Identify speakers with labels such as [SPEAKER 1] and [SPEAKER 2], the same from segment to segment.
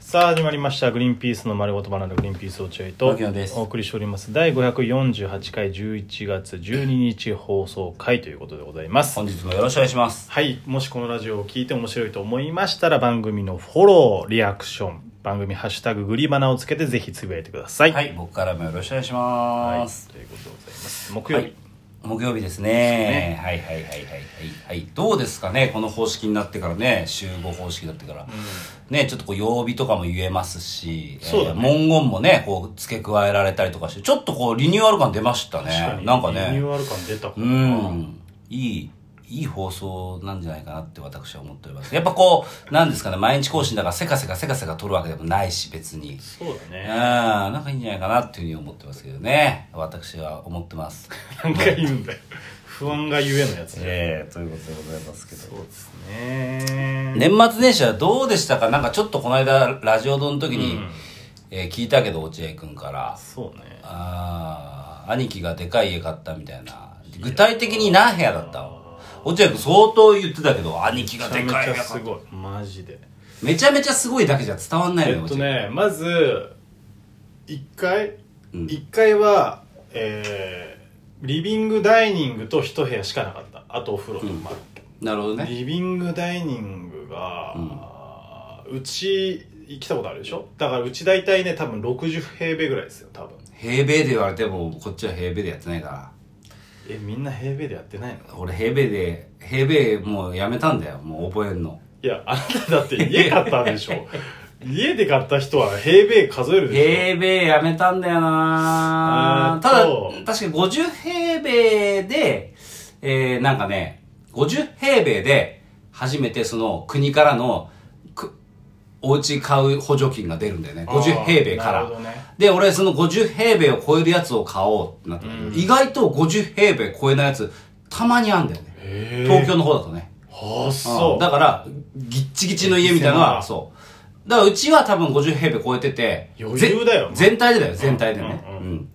[SPEAKER 1] さあ始まりました「グリーンピースの丸ごとバナナグリーンピース落合」と
[SPEAKER 2] 牧野です
[SPEAKER 1] お送りしております第548回11月12日放送回ということでございます
[SPEAKER 2] 本日もよろしくお願いします
[SPEAKER 1] はいもしこのラジオを聞いて面白いと思いましたら番組のフォローリアクション番組「ハッシュタググリバナ」をつけてぜひつぶやいてください
[SPEAKER 2] はい僕からもよろしくお願いし
[SPEAKER 1] はい
[SPEAKER 2] ます、
[SPEAKER 1] ということでございます木曜日、
[SPEAKER 2] はい木曜日ですねはいはいはいはいはいはいどうですかねこの方式になってからね週5方式になってから、ねちょっとこう曜日とかも言えますし
[SPEAKER 1] そうだね
[SPEAKER 2] えー文言もねこう付け加えられたりとかしてちょっとこうリニューアル感出ました
[SPEAKER 1] 確か
[SPEAKER 2] ね
[SPEAKER 1] に
[SPEAKER 2] なんか
[SPEAKER 1] リニ
[SPEAKER 2] ね
[SPEAKER 1] ューアル感出たか
[SPEAKER 2] う
[SPEAKER 1] ら
[SPEAKER 2] んいいいい放送なんじゃないかなって私は思っておりますやっぱこうなんですかね毎日更新だからせかせかせかせか撮るわけでもないし別に
[SPEAKER 1] そうだね
[SPEAKER 2] ああ、なんかいいんじゃないかなっていうふうに思ってますけどね。私は思ってます。
[SPEAKER 1] 何回言うんだよ不安がゆえのやつね
[SPEAKER 2] ええということでございますけ
[SPEAKER 1] そうですね
[SPEAKER 2] 年末年始はどうでしたかなんかちょっとこの間、ラジオドの時に、
[SPEAKER 1] うん
[SPEAKER 2] えー聞いたけど、落合くんから、
[SPEAKER 1] そうね
[SPEAKER 2] ああ、兄貴がでかい家買ったみたいな。具体的に何部屋だったの落合くん相当言ってたけど、兄貴がで
[SPEAKER 1] めち
[SPEAKER 2] かい
[SPEAKER 1] ゃめ
[SPEAKER 2] 部
[SPEAKER 1] ち
[SPEAKER 2] 屋
[SPEAKER 1] ゃす
[SPEAKER 2] 買った。
[SPEAKER 1] ごいマジで
[SPEAKER 2] めちゃめちゃすごいだけじゃ伝わんないの
[SPEAKER 1] え
[SPEAKER 2] よ、
[SPEAKER 1] っと
[SPEAKER 2] 落合
[SPEAKER 1] ねまず1階
[SPEAKER 2] うん
[SPEAKER 1] 1階はえーリビングダイニングと1部屋しかなかったあとお風呂とかもあった
[SPEAKER 2] 君なるほどね。
[SPEAKER 1] リビングダイニングが、うち来たことあるでしょだからうち大体ね多分60平米ぐらいですよ多分
[SPEAKER 2] 平米で言われても、こっちは平米でやってないから。
[SPEAKER 1] えみんな平米でやってないの
[SPEAKER 2] 俺平米で平米もうやめたんだよもう覚えんの
[SPEAKER 1] いやあなただって家買ったんでし ょ家で買った人は平米数えるでし
[SPEAKER 2] 平米やめたんだよな
[SPEAKER 1] え
[SPEAKER 2] ただ
[SPEAKER 1] ー
[SPEAKER 2] 確か50平米でえー、なんかね50平米で初めてその国からのくお家買う補助金が出るんだよね
[SPEAKER 1] ょ
[SPEAKER 2] 50平米か
[SPEAKER 1] あーなるほ
[SPEAKER 2] ら
[SPEAKER 1] どね
[SPEAKER 2] で俺その50平米を超えるやつを買おうってなったんだけど、意外と50平米超えないやつたまにあんだよね
[SPEAKER 1] へ
[SPEAKER 2] 東京の方だとね
[SPEAKER 1] ああそう
[SPEAKER 2] うんだから、ぎっちぎちの家みたいなの
[SPEAKER 1] 狭い
[SPEAKER 2] は、そう。だからうちは多分50平米超えてて、
[SPEAKER 1] 余裕だよ
[SPEAKER 2] ぜ全体でだよ、全体でね。
[SPEAKER 1] う
[SPEAKER 2] うんん
[SPEAKER 1] うん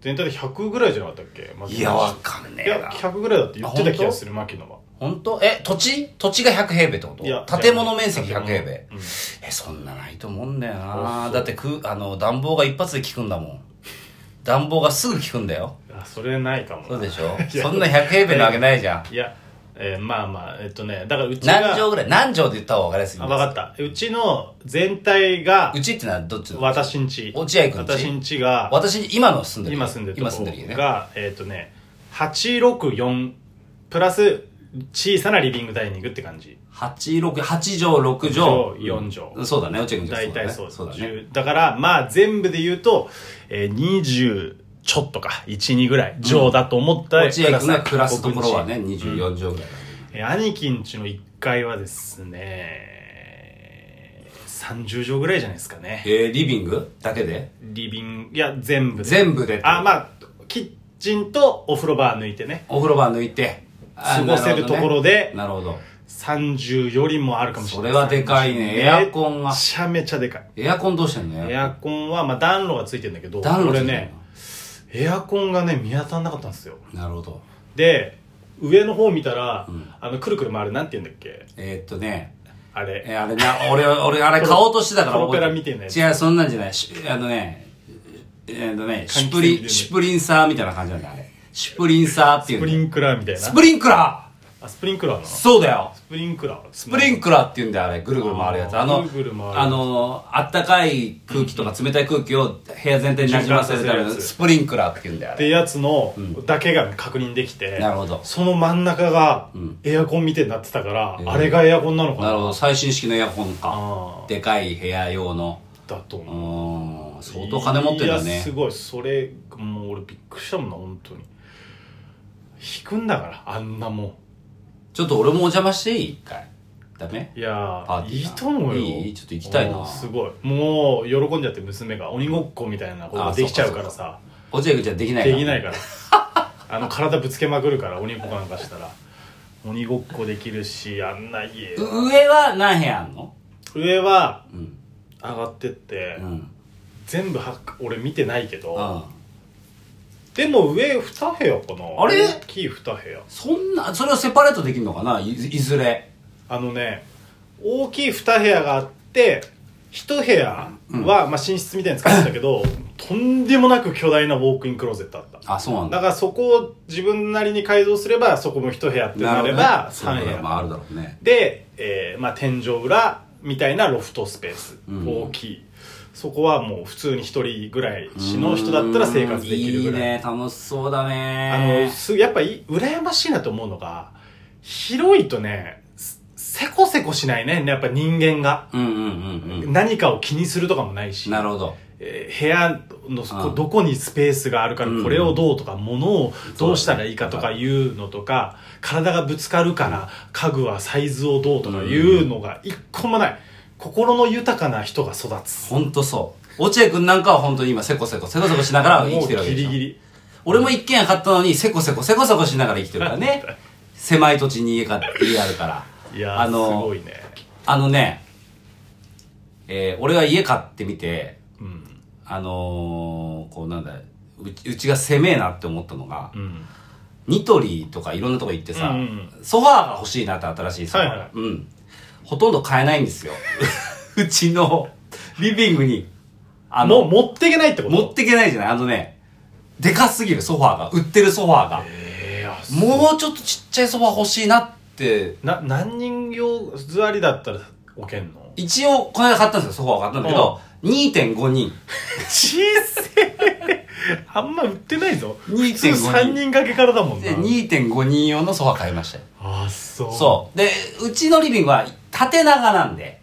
[SPEAKER 1] 全体で100ぐらいじゃなかったっけ牧野
[SPEAKER 2] いや、わかんね
[SPEAKER 1] い
[SPEAKER 2] え
[SPEAKER 1] や
[SPEAKER 2] な。
[SPEAKER 1] 100ぐらいだって言ってた気がする牧野は
[SPEAKER 2] 本当え、土地土地が100平米ってこと
[SPEAKER 1] いや
[SPEAKER 2] 建物面積100平
[SPEAKER 1] 建
[SPEAKER 2] 米。え、そんなないと思うんだよ
[SPEAKER 1] そうそ
[SPEAKER 2] な
[SPEAKER 1] う
[SPEAKER 2] だってく、あの、暖房が一発で効くんだもん。暖房がすぐ効くんだよ。
[SPEAKER 1] あそれないかもな
[SPEAKER 2] そうでしょ
[SPEAKER 1] いや
[SPEAKER 2] そんな100平米なわけないじゃん。
[SPEAKER 1] いや、えーまあまあえっとねだからうちが
[SPEAKER 2] 何畳ぐらい何畳で言った方が分かりやすい
[SPEAKER 1] あ分かったうちの全体が
[SPEAKER 2] うちってのはどっちの
[SPEAKER 1] 私んち
[SPEAKER 2] 落合くんち
[SPEAKER 1] 私んちが
[SPEAKER 2] 私、今の住んでる家。
[SPEAKER 1] 今住んでると
[SPEAKER 2] 今
[SPEAKER 1] こ
[SPEAKER 2] 住んでる家ね。
[SPEAKER 1] が、えっ、とね864プラス小さなリビングダイニングって感じ
[SPEAKER 2] 八六八畳六畳
[SPEAKER 1] 四畳
[SPEAKER 2] うんそうだね落合君
[SPEAKER 1] 大体そう
[SPEAKER 2] そうだ
[SPEAKER 1] だ,、
[SPEAKER 2] ね
[SPEAKER 1] だからまあ全部で言うと、えー、20ちょっとか12ぐらい上だと思ったら、
[SPEAKER 2] 落合君が暮らすところはね
[SPEAKER 1] 僕ん
[SPEAKER 2] 二十四畳ぐらいだ
[SPEAKER 1] ち
[SPEAKER 2] ね
[SPEAKER 1] えー兄貴んちの1階はですね30畳ぐらいじゃないですかね
[SPEAKER 2] えーリビングだけで
[SPEAKER 1] リビングいや全部で
[SPEAKER 2] 全部で
[SPEAKER 1] あ
[SPEAKER 2] あ
[SPEAKER 1] まあキッチンとお風呂場抜いてね
[SPEAKER 2] お風呂場抜いてあ
[SPEAKER 1] 過ごせるところで
[SPEAKER 2] なるほどね
[SPEAKER 1] 30よりもあるかもしれない。
[SPEAKER 2] それはでかいねエアコンが
[SPEAKER 1] めちゃめちゃでかい。
[SPEAKER 2] なるほどエアコンどうしてんの
[SPEAKER 1] エアコンは、まあ暖炉がついてんだけど、
[SPEAKER 2] 暖炉つ
[SPEAKER 1] 俺
[SPEAKER 2] いてんの
[SPEAKER 1] ね、エアコンがね、見当たんなかったんですよ。
[SPEAKER 2] なるほど
[SPEAKER 1] で、上の方見たら、あの、くるくる回る、なんて言うんだっけ
[SPEAKER 2] えーっとね
[SPEAKER 1] あれ。
[SPEAKER 2] えーあれな俺俺あれ買おうとしてたから
[SPEAKER 1] プロペラ
[SPEAKER 2] 覚えてる
[SPEAKER 1] みたいな
[SPEAKER 2] 違うそんなんじゃないしあのねえーっとねシ
[SPEAKER 1] 換気扇
[SPEAKER 2] ュプ
[SPEAKER 1] みた
[SPEAKER 2] リ
[SPEAKER 1] いな
[SPEAKER 2] ンシュプリンサーみたいな感じなんだあれシュプリンサーってい
[SPEAKER 1] ス
[SPEAKER 2] う
[SPEAKER 1] プ
[SPEAKER 2] の
[SPEAKER 1] リンクラーみたいな。
[SPEAKER 2] スプリンクラ
[SPEAKER 1] あ、スプリンクラーなの
[SPEAKER 2] ー
[SPEAKER 1] ス
[SPEAKER 2] そうだよ
[SPEAKER 1] プリンクラー。ス
[SPEAKER 2] スプリンクラーって言うんだよ、あれ。ぐるぐる回るやつ。
[SPEAKER 1] あー
[SPEAKER 2] あの、
[SPEAKER 1] ぐるぐる回る
[SPEAKER 2] あの、あったかい空気とか冷たい空気を部屋全体に馴染ませるため
[SPEAKER 1] 循環させ
[SPEAKER 2] の
[SPEAKER 1] るやつ
[SPEAKER 2] スプリンクラーって言うんだよ、あ
[SPEAKER 1] って
[SPEAKER 2] れ。
[SPEAKER 1] やつの、だけが確認できて、
[SPEAKER 2] なるほど
[SPEAKER 1] その真ん中が、エアコンみたいになってたから、あれがエアコンなのかな
[SPEAKER 2] なるほど、最新式のエアコン
[SPEAKER 1] あ
[SPEAKER 2] か。でかい部屋用の。
[SPEAKER 1] だと思
[SPEAKER 2] う
[SPEAKER 1] う。
[SPEAKER 2] ーん、相当金持ってるんだ
[SPEAKER 1] いや
[SPEAKER 2] ね
[SPEAKER 1] す。ごいそれもう俺びっくりしたもんな本当に引くんだからあんなも
[SPEAKER 2] ちょっと俺もお邪魔していい一回。ダメ
[SPEAKER 1] んいや
[SPEAKER 2] パ
[SPEAKER 1] ー
[SPEAKER 2] ーティー
[SPEAKER 1] い
[SPEAKER 2] ない
[SPEAKER 1] と思うよ
[SPEAKER 2] いいちょっと行きたいな
[SPEAKER 1] おーすごいもう喜んじゃって娘が鬼ごっこみたいなことができちゃうからさ
[SPEAKER 2] 落合くんじゃできないか
[SPEAKER 1] で
[SPEAKER 2] ら。
[SPEAKER 1] きないから あの体ぶつけまくるから鬼ごっこなんかしたら鬼ごっこできるしあんな家
[SPEAKER 2] う上は何部屋あんの
[SPEAKER 1] 上は
[SPEAKER 2] うん。
[SPEAKER 1] 上がってって、
[SPEAKER 2] うん。うん。
[SPEAKER 1] 全部は俺見てないけど
[SPEAKER 2] あ
[SPEAKER 1] でも上2部屋かな
[SPEAKER 2] あれ
[SPEAKER 1] 大きい2部屋
[SPEAKER 2] そんな、それをセパレートできるのかないいずいずれ。
[SPEAKER 1] あのね大きい2部屋があって一部屋は、まあ、寝室みたいに使ってたけど、とんでもなく巨大なウォークインクローゼットあった。
[SPEAKER 2] あ、そうなん
[SPEAKER 1] だ
[SPEAKER 2] だ。
[SPEAKER 1] からそこを自分なりに改造すれば、そこも一部屋ってなれば、
[SPEAKER 2] そう
[SPEAKER 1] 3部
[SPEAKER 2] だ
[SPEAKER 1] 屋。
[SPEAKER 2] まああるだろうね。
[SPEAKER 1] で、えーまあ、天井裏みたいなロフトスペース、
[SPEAKER 2] うん
[SPEAKER 1] 大きいそこはもう普通に一人ぐらい死の人だったら生活できるぐらい
[SPEAKER 2] いいね、楽しそうだ
[SPEAKER 1] あ
[SPEAKER 2] ね
[SPEAKER 1] の。すやっぱい羨ましいなと思うのが広いとねせせこせこしないねやっぱ人間が、
[SPEAKER 2] うんうんうんうん。
[SPEAKER 1] 何かを気にするとかもないし
[SPEAKER 2] なるほど。
[SPEAKER 1] えー部屋のそこ
[SPEAKER 2] うん
[SPEAKER 1] どこにスペースがあるか
[SPEAKER 2] う
[SPEAKER 1] ら
[SPEAKER 2] ん
[SPEAKER 1] これをどうとか物をどうしたらいいかとかいうのとか体がぶつかるから家具はサイズをどうとかいうのが一個もない心の豊かな人が育つ
[SPEAKER 2] ほんとそう。落合くんなんかは本当に今せこせこ、せこせこしながら生
[SPEAKER 1] も
[SPEAKER 2] き
[SPEAKER 1] う
[SPEAKER 2] てるわけ
[SPEAKER 1] ギリ
[SPEAKER 2] でしょ
[SPEAKER 1] ギ。リ
[SPEAKER 2] 俺も一軒家買ったのにせこせこせこせこしながら生きてるからね狭い土地に家が家あるから
[SPEAKER 1] いやー
[SPEAKER 2] あ
[SPEAKER 1] す
[SPEAKER 2] の
[SPEAKER 1] ごいね
[SPEAKER 2] あのね、えー俺は家買ってみて
[SPEAKER 1] うん
[SPEAKER 2] あのーこうなんだうちうちが狭えなって思ったのが、
[SPEAKER 1] うん
[SPEAKER 2] ニトリとかいろんなとこ行ってさ、
[SPEAKER 1] うんう
[SPEAKER 2] ソファーが欲しいなって新しいソファー、
[SPEAKER 1] はいはい
[SPEAKER 2] うんほとんど買えないんですよ うちのリビングにあ
[SPEAKER 1] もう持っていけないってこ
[SPEAKER 2] 持っ
[SPEAKER 1] と
[SPEAKER 2] てけないじゃないあのねでかすぎるソファーが売ってるソファーが
[SPEAKER 1] えーあそう
[SPEAKER 2] もうちょっとちっちゃいソファ欲しいなって、
[SPEAKER 1] な何人用座りだったら置けんの
[SPEAKER 2] 一応、この間買ったんですよ、ソファー買ったんだけど、2.5人。
[SPEAKER 1] 小せえ あんま売ってないぞ
[SPEAKER 2] 2.5
[SPEAKER 1] 普通3人掛けからだもんな
[SPEAKER 2] で、2.5人用のソファー買いましたよ。
[SPEAKER 1] あそう
[SPEAKER 2] そう。で、うちのリビングは縦長なんで、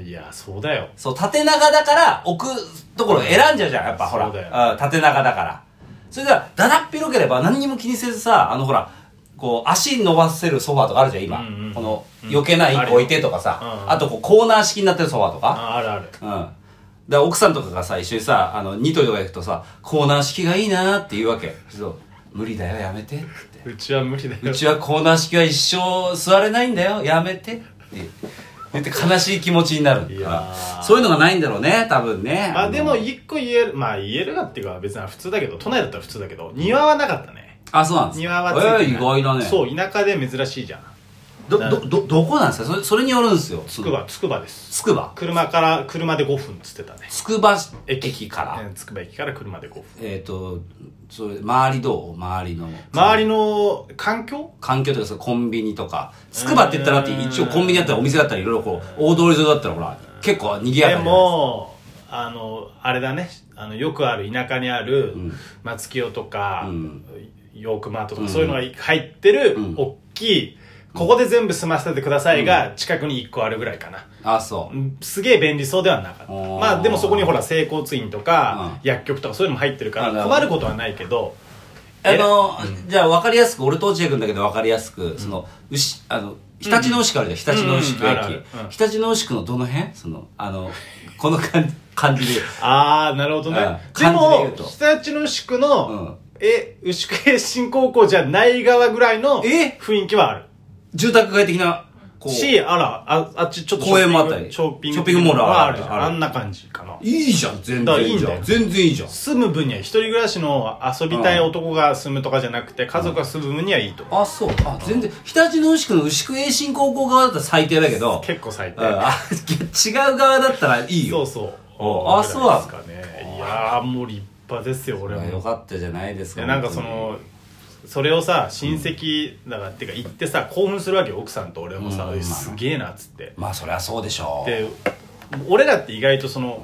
[SPEAKER 1] いやそうだよ
[SPEAKER 2] そう、縦長だから置くところ選んじゃうじゃん、やっぱほら。
[SPEAKER 1] そうだよ
[SPEAKER 2] あ縦長だから。それでは、だだっ広ければ何にも気にせずさ、あのほら、こう、足伸ばせるソファーとかあるじゃん、今。
[SPEAKER 1] うんうん
[SPEAKER 2] この、
[SPEAKER 1] うん
[SPEAKER 2] 避けない一個置いてとかさ、
[SPEAKER 1] あるようん
[SPEAKER 2] あとこう、コーナー式になってるソファーとか。
[SPEAKER 1] ああるある
[SPEAKER 2] うん。だから奥さんとかがさ、一緒にさ、あの、ニトリとか行くとさ、コーナー式がいいなーって言うわけ。そう。無理だよ、やめてって。
[SPEAKER 1] うちは無理だよ
[SPEAKER 2] うちはコーナー式は一生座れないんだよ、やめてって。言って悲しい気持ちになる
[SPEAKER 1] いやー
[SPEAKER 2] そういうのがないんだろうね、多分ね。
[SPEAKER 1] まあでも
[SPEAKER 2] の
[SPEAKER 1] 一個言えるまあ言えるがっていうか別に普通だけど都内だったら普通だけど庭はなかったね
[SPEAKER 2] あ、そうなんですか
[SPEAKER 1] 庭はついてない、
[SPEAKER 2] えー意外だね。
[SPEAKER 1] そう田舎で珍しいじゃん
[SPEAKER 2] ど、ど、ど、どこなんですかそれ、それによるんですよ。つ
[SPEAKER 1] つくばつくばです
[SPEAKER 2] つくば。
[SPEAKER 1] 車から車で5分っつってたね
[SPEAKER 2] つくば駅から。
[SPEAKER 1] うんつくば駅から車で5分
[SPEAKER 2] えっ、と、それ、周りどう周りの。
[SPEAKER 1] 周りの環境
[SPEAKER 2] 環境とかそのコンビニとかつくばって言ったらだって一応コンビニだったらお店だったらいろいろこう大通り沿いだったらほら結構賑やか
[SPEAKER 1] で
[SPEAKER 2] じゃない
[SPEAKER 1] もあのあれだねあのよくある田舎にある松清とか、
[SPEAKER 2] うん
[SPEAKER 1] ヨークマートと
[SPEAKER 2] う
[SPEAKER 1] か
[SPEAKER 2] ん
[SPEAKER 1] そういうのが入ってる
[SPEAKER 2] うん
[SPEAKER 1] 大きい、ここで全部済ませてくださいが近くに1個あるぐらいかな、
[SPEAKER 2] あそう
[SPEAKER 1] うんすげえ便利そうではなかった
[SPEAKER 2] おー
[SPEAKER 1] まあでもそこにほら整骨院とか
[SPEAKER 2] う
[SPEAKER 1] 薬局とかそういうのも入ってるか
[SPEAKER 2] あ
[SPEAKER 1] ら
[SPEAKER 2] なるほど
[SPEAKER 1] 困ることはないけど
[SPEAKER 2] あの、じゃあ分かりやすく俺と落合君だけど分かりやすく、その牛あの常陸の牛からじゃん常陸の牛区
[SPEAKER 1] うん
[SPEAKER 2] 駅、
[SPEAKER 1] あるあるうん
[SPEAKER 2] 常陸の牛区のどの辺そのあのこの感じ 感じで
[SPEAKER 1] ああなるほど
[SPEAKER 2] うん
[SPEAKER 1] ねで
[SPEAKER 2] 感じで
[SPEAKER 1] も
[SPEAKER 2] 言うと
[SPEAKER 1] 日立の宿
[SPEAKER 2] うん
[SPEAKER 1] の、え牛久平新高校じゃない側ぐらいの
[SPEAKER 2] え
[SPEAKER 1] 雰囲気はある
[SPEAKER 2] 住宅街的なこう
[SPEAKER 1] し、あら、ああっちちょっと
[SPEAKER 2] 公園もあったり
[SPEAKER 1] ショッピング
[SPEAKER 2] ショッピングモール
[SPEAKER 1] は
[SPEAKER 2] は
[SPEAKER 1] あ
[SPEAKER 2] あ
[SPEAKER 1] る
[SPEAKER 2] る
[SPEAKER 1] じゃ
[SPEAKER 2] あ
[SPEAKER 1] ん。
[SPEAKER 2] る
[SPEAKER 1] あんな感じかな。
[SPEAKER 2] いいじゃん全
[SPEAKER 1] だから
[SPEAKER 2] 然
[SPEAKER 1] い
[SPEAKER 2] い
[SPEAKER 1] い
[SPEAKER 2] い
[SPEAKER 1] ん
[SPEAKER 2] じ
[SPEAKER 1] だ
[SPEAKER 2] ゃ
[SPEAKER 1] よ
[SPEAKER 2] ん全然いいじゃん
[SPEAKER 1] 住む分には一人暮らしの遊びたい男が住むとかじゃなくて、家族が住む分にはいいと思う。
[SPEAKER 2] あそうあ全然常陸の牛区の牛久栄新高校側だったら最低だけど
[SPEAKER 1] 結構最低。
[SPEAKER 2] あ違う側だったらいい
[SPEAKER 1] そ
[SPEAKER 2] よ
[SPEAKER 1] うそう。
[SPEAKER 2] おあそうなん
[SPEAKER 1] ぐらいですかね。いやー、もう立派ですよ、俺
[SPEAKER 2] まあよ
[SPEAKER 1] も。
[SPEAKER 2] かったじゃないです
[SPEAKER 1] い
[SPEAKER 2] か
[SPEAKER 1] やなんかその、それをさ、親戚だから、ってか行ってさ、興奮するわけよ、奥さんと俺もさ、
[SPEAKER 2] うん
[SPEAKER 1] うっすげえな、っつって。
[SPEAKER 2] まあそりゃそうでしょう
[SPEAKER 1] で俺らって意外とその、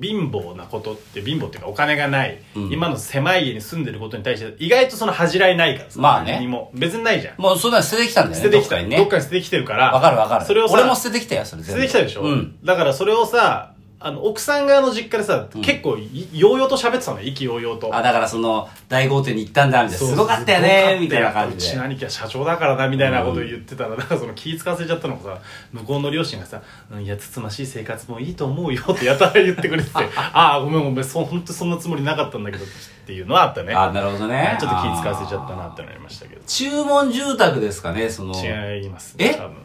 [SPEAKER 1] 貧乏なことって貧乏っていうかお金がない、
[SPEAKER 2] うん
[SPEAKER 1] 今の狭い家に住んでることに対して意外とその恥じらいないからさ
[SPEAKER 2] まあね
[SPEAKER 1] 何も別にないじゃん
[SPEAKER 2] もうそんなの捨ててきたんだよ
[SPEAKER 1] 捨
[SPEAKER 2] ね
[SPEAKER 1] ててきた
[SPEAKER 2] どっかに
[SPEAKER 1] どっ
[SPEAKER 2] ね
[SPEAKER 1] かに捨ててきてるから
[SPEAKER 2] わかるわかる
[SPEAKER 1] それをさ
[SPEAKER 2] 俺も捨ててきたよそれ
[SPEAKER 1] 捨
[SPEAKER 2] 全
[SPEAKER 1] て
[SPEAKER 2] 部
[SPEAKER 1] てきたでしょ、
[SPEAKER 2] うん
[SPEAKER 1] だからそれをさあの奥さん側の実家でさ、結構いようようと喋ってたのよ意気揚々と
[SPEAKER 2] あだからその大豪邸に行ったんだみたい
[SPEAKER 1] そ
[SPEAKER 2] な
[SPEAKER 1] う
[SPEAKER 2] すごかったよ
[SPEAKER 1] すごかっ
[SPEAKER 2] ねみたいな感
[SPEAKER 1] うち
[SPEAKER 2] じ
[SPEAKER 1] の
[SPEAKER 2] で
[SPEAKER 1] 兄貴は社長だからなみたいなことを言ってたら、なんかその気使わせちゃったのがさ向こうの両親がさ「うんいやつつましい生活もいいと思うよ」ってやたら言ってくれてて「 ああごめんごめんそう本当そんなつもりなかったんだけど」っていうのはあったね
[SPEAKER 2] あなるほどね
[SPEAKER 1] ちょっと気使わせちゃったなってなりましたけど
[SPEAKER 2] 注文住宅ですかねその違う
[SPEAKER 1] 違いますね
[SPEAKER 2] え
[SPEAKER 1] 多分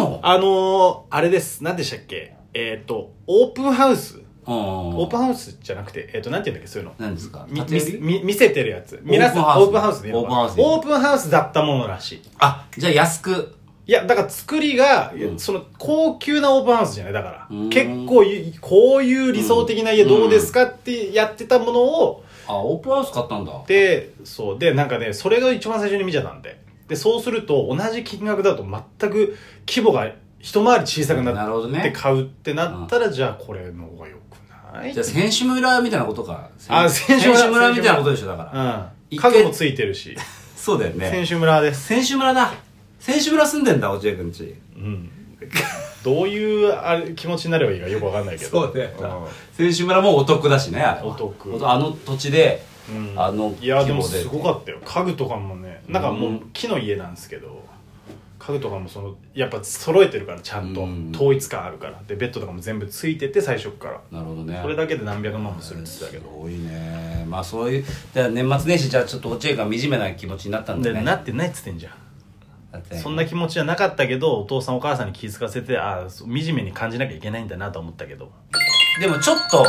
[SPEAKER 2] の
[SPEAKER 1] あのー、あれです何でしたっけえっ、とオープンハウスオー
[SPEAKER 2] オ
[SPEAKER 1] プンハウスじゃなくてえっ、となんて言うんだっけそういうの
[SPEAKER 2] 何ですか
[SPEAKER 1] み
[SPEAKER 2] 建て売り
[SPEAKER 1] み見せてるやつ皆さん
[SPEAKER 2] オ
[SPEAKER 1] オ
[SPEAKER 2] ー
[SPEAKER 1] ープン
[SPEAKER 2] プンハ
[SPEAKER 1] ハ
[SPEAKER 2] ウ
[SPEAKER 1] ウ
[SPEAKER 2] ス
[SPEAKER 1] ス
[SPEAKER 2] ね
[SPEAKER 1] ね
[SPEAKER 2] オープンハウス
[SPEAKER 1] オープンハウスだったものらしい
[SPEAKER 2] あじゃあ安く
[SPEAKER 1] いや、だから作りが、いや
[SPEAKER 2] うん
[SPEAKER 1] その高級なオープンハウスじゃないだから
[SPEAKER 2] うん。
[SPEAKER 1] 結構い、こういう理想的な家どうですかってやってたものを、
[SPEAKER 2] あ、オープンハウス買ったんだ。
[SPEAKER 1] で、そう。で、なんかね、それが一番最初に見ちゃったんで。で、そうすると、同じ金額だと全く規模が一回り小さくな
[SPEAKER 2] なるほど
[SPEAKER 1] っ
[SPEAKER 2] ね
[SPEAKER 1] て。買うってなったら、じゃあこれの方が良くない
[SPEAKER 2] じゃあ、選手村みたいなことか。
[SPEAKER 1] あ選手村
[SPEAKER 2] 選手村みたいなことでしょ、だから。
[SPEAKER 1] うん。
[SPEAKER 2] 一回
[SPEAKER 1] 家具もついてるし。
[SPEAKER 2] そうだよね。
[SPEAKER 1] 選手村です。
[SPEAKER 2] 選手村だ。選手村住んでんだ、落合くんち。
[SPEAKER 1] うん。どういうあれ気持ちになればいいかよくわかんないけど。
[SPEAKER 2] そうだよな選手村もお得だしね、あれは
[SPEAKER 1] お得
[SPEAKER 2] ほんとあの土地で、
[SPEAKER 1] うん
[SPEAKER 2] あの
[SPEAKER 1] いや
[SPEAKER 2] 規
[SPEAKER 1] でも
[SPEAKER 2] 模です
[SPEAKER 1] ごかったよ家具とかもねなんかも
[SPEAKER 2] う
[SPEAKER 1] うん木の家なんですけど家具とかもそのやっぱ揃えてるからちゃんと
[SPEAKER 2] うん
[SPEAKER 1] 統一感あるからでベッドとかも全部ついてて最初っから
[SPEAKER 2] なるほどね。
[SPEAKER 1] これだけで何百万もするって言ってたけど
[SPEAKER 2] 多いねまあそういうじゃあ年末年始じゃあちょっと落合が惨めな気持ちになったんで
[SPEAKER 1] で
[SPEAKER 2] ね
[SPEAKER 1] なってないっつってんじゃん
[SPEAKER 2] だって
[SPEAKER 1] そんな気持ちじゃなかったけどお父さんお母さんに気づかせてああそう惨めに感じなきゃいけないんだなと思ったけど
[SPEAKER 2] でもちょっと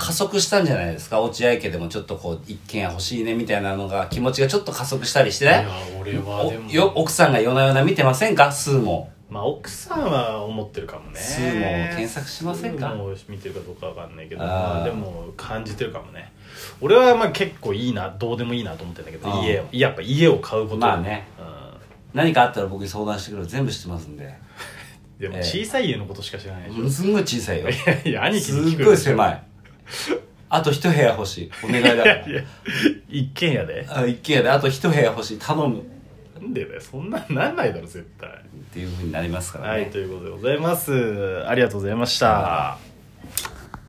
[SPEAKER 2] 加速したんじゃないですか、落合家でもちょっとこう一軒家欲しいねみたいなのが気持ちがちょっと加速したりしてね
[SPEAKER 1] 俺は
[SPEAKER 2] およ奥さんが夜な夜な見てませんかスーも
[SPEAKER 1] まあ奥さんは思ってるかもね
[SPEAKER 2] スーモを検索しませんか
[SPEAKER 1] スーモを見てるかどうかわかんないけど
[SPEAKER 2] あー
[SPEAKER 1] まあでも感じてるかもね俺はまあ結構いいなどうでもいいなと思ってんだけど
[SPEAKER 2] あー
[SPEAKER 1] 家をやっぱ家を買うこと
[SPEAKER 2] まあね
[SPEAKER 1] う
[SPEAKER 2] 何かあったら僕に相談してくれる全部知ってますんで
[SPEAKER 1] んでも
[SPEAKER 2] ええ
[SPEAKER 1] 小さい家のことしか知らないでしょ、
[SPEAKER 2] うんすんごい小さいよ
[SPEAKER 1] いやいや兄貴
[SPEAKER 2] す
[SPEAKER 1] に聞
[SPEAKER 2] っ
[SPEAKER 1] く
[SPEAKER 2] ごい狭
[SPEAKER 1] い
[SPEAKER 2] いあと一部屋欲しいお願いだから
[SPEAKER 1] いや一軒家で
[SPEAKER 2] あ一軒家であと一部屋欲しい頼むっ
[SPEAKER 1] なんでだよそんなんなんないだろ絶対
[SPEAKER 2] ていうふうになりますからね、
[SPEAKER 1] はいということでございますありがとうございました、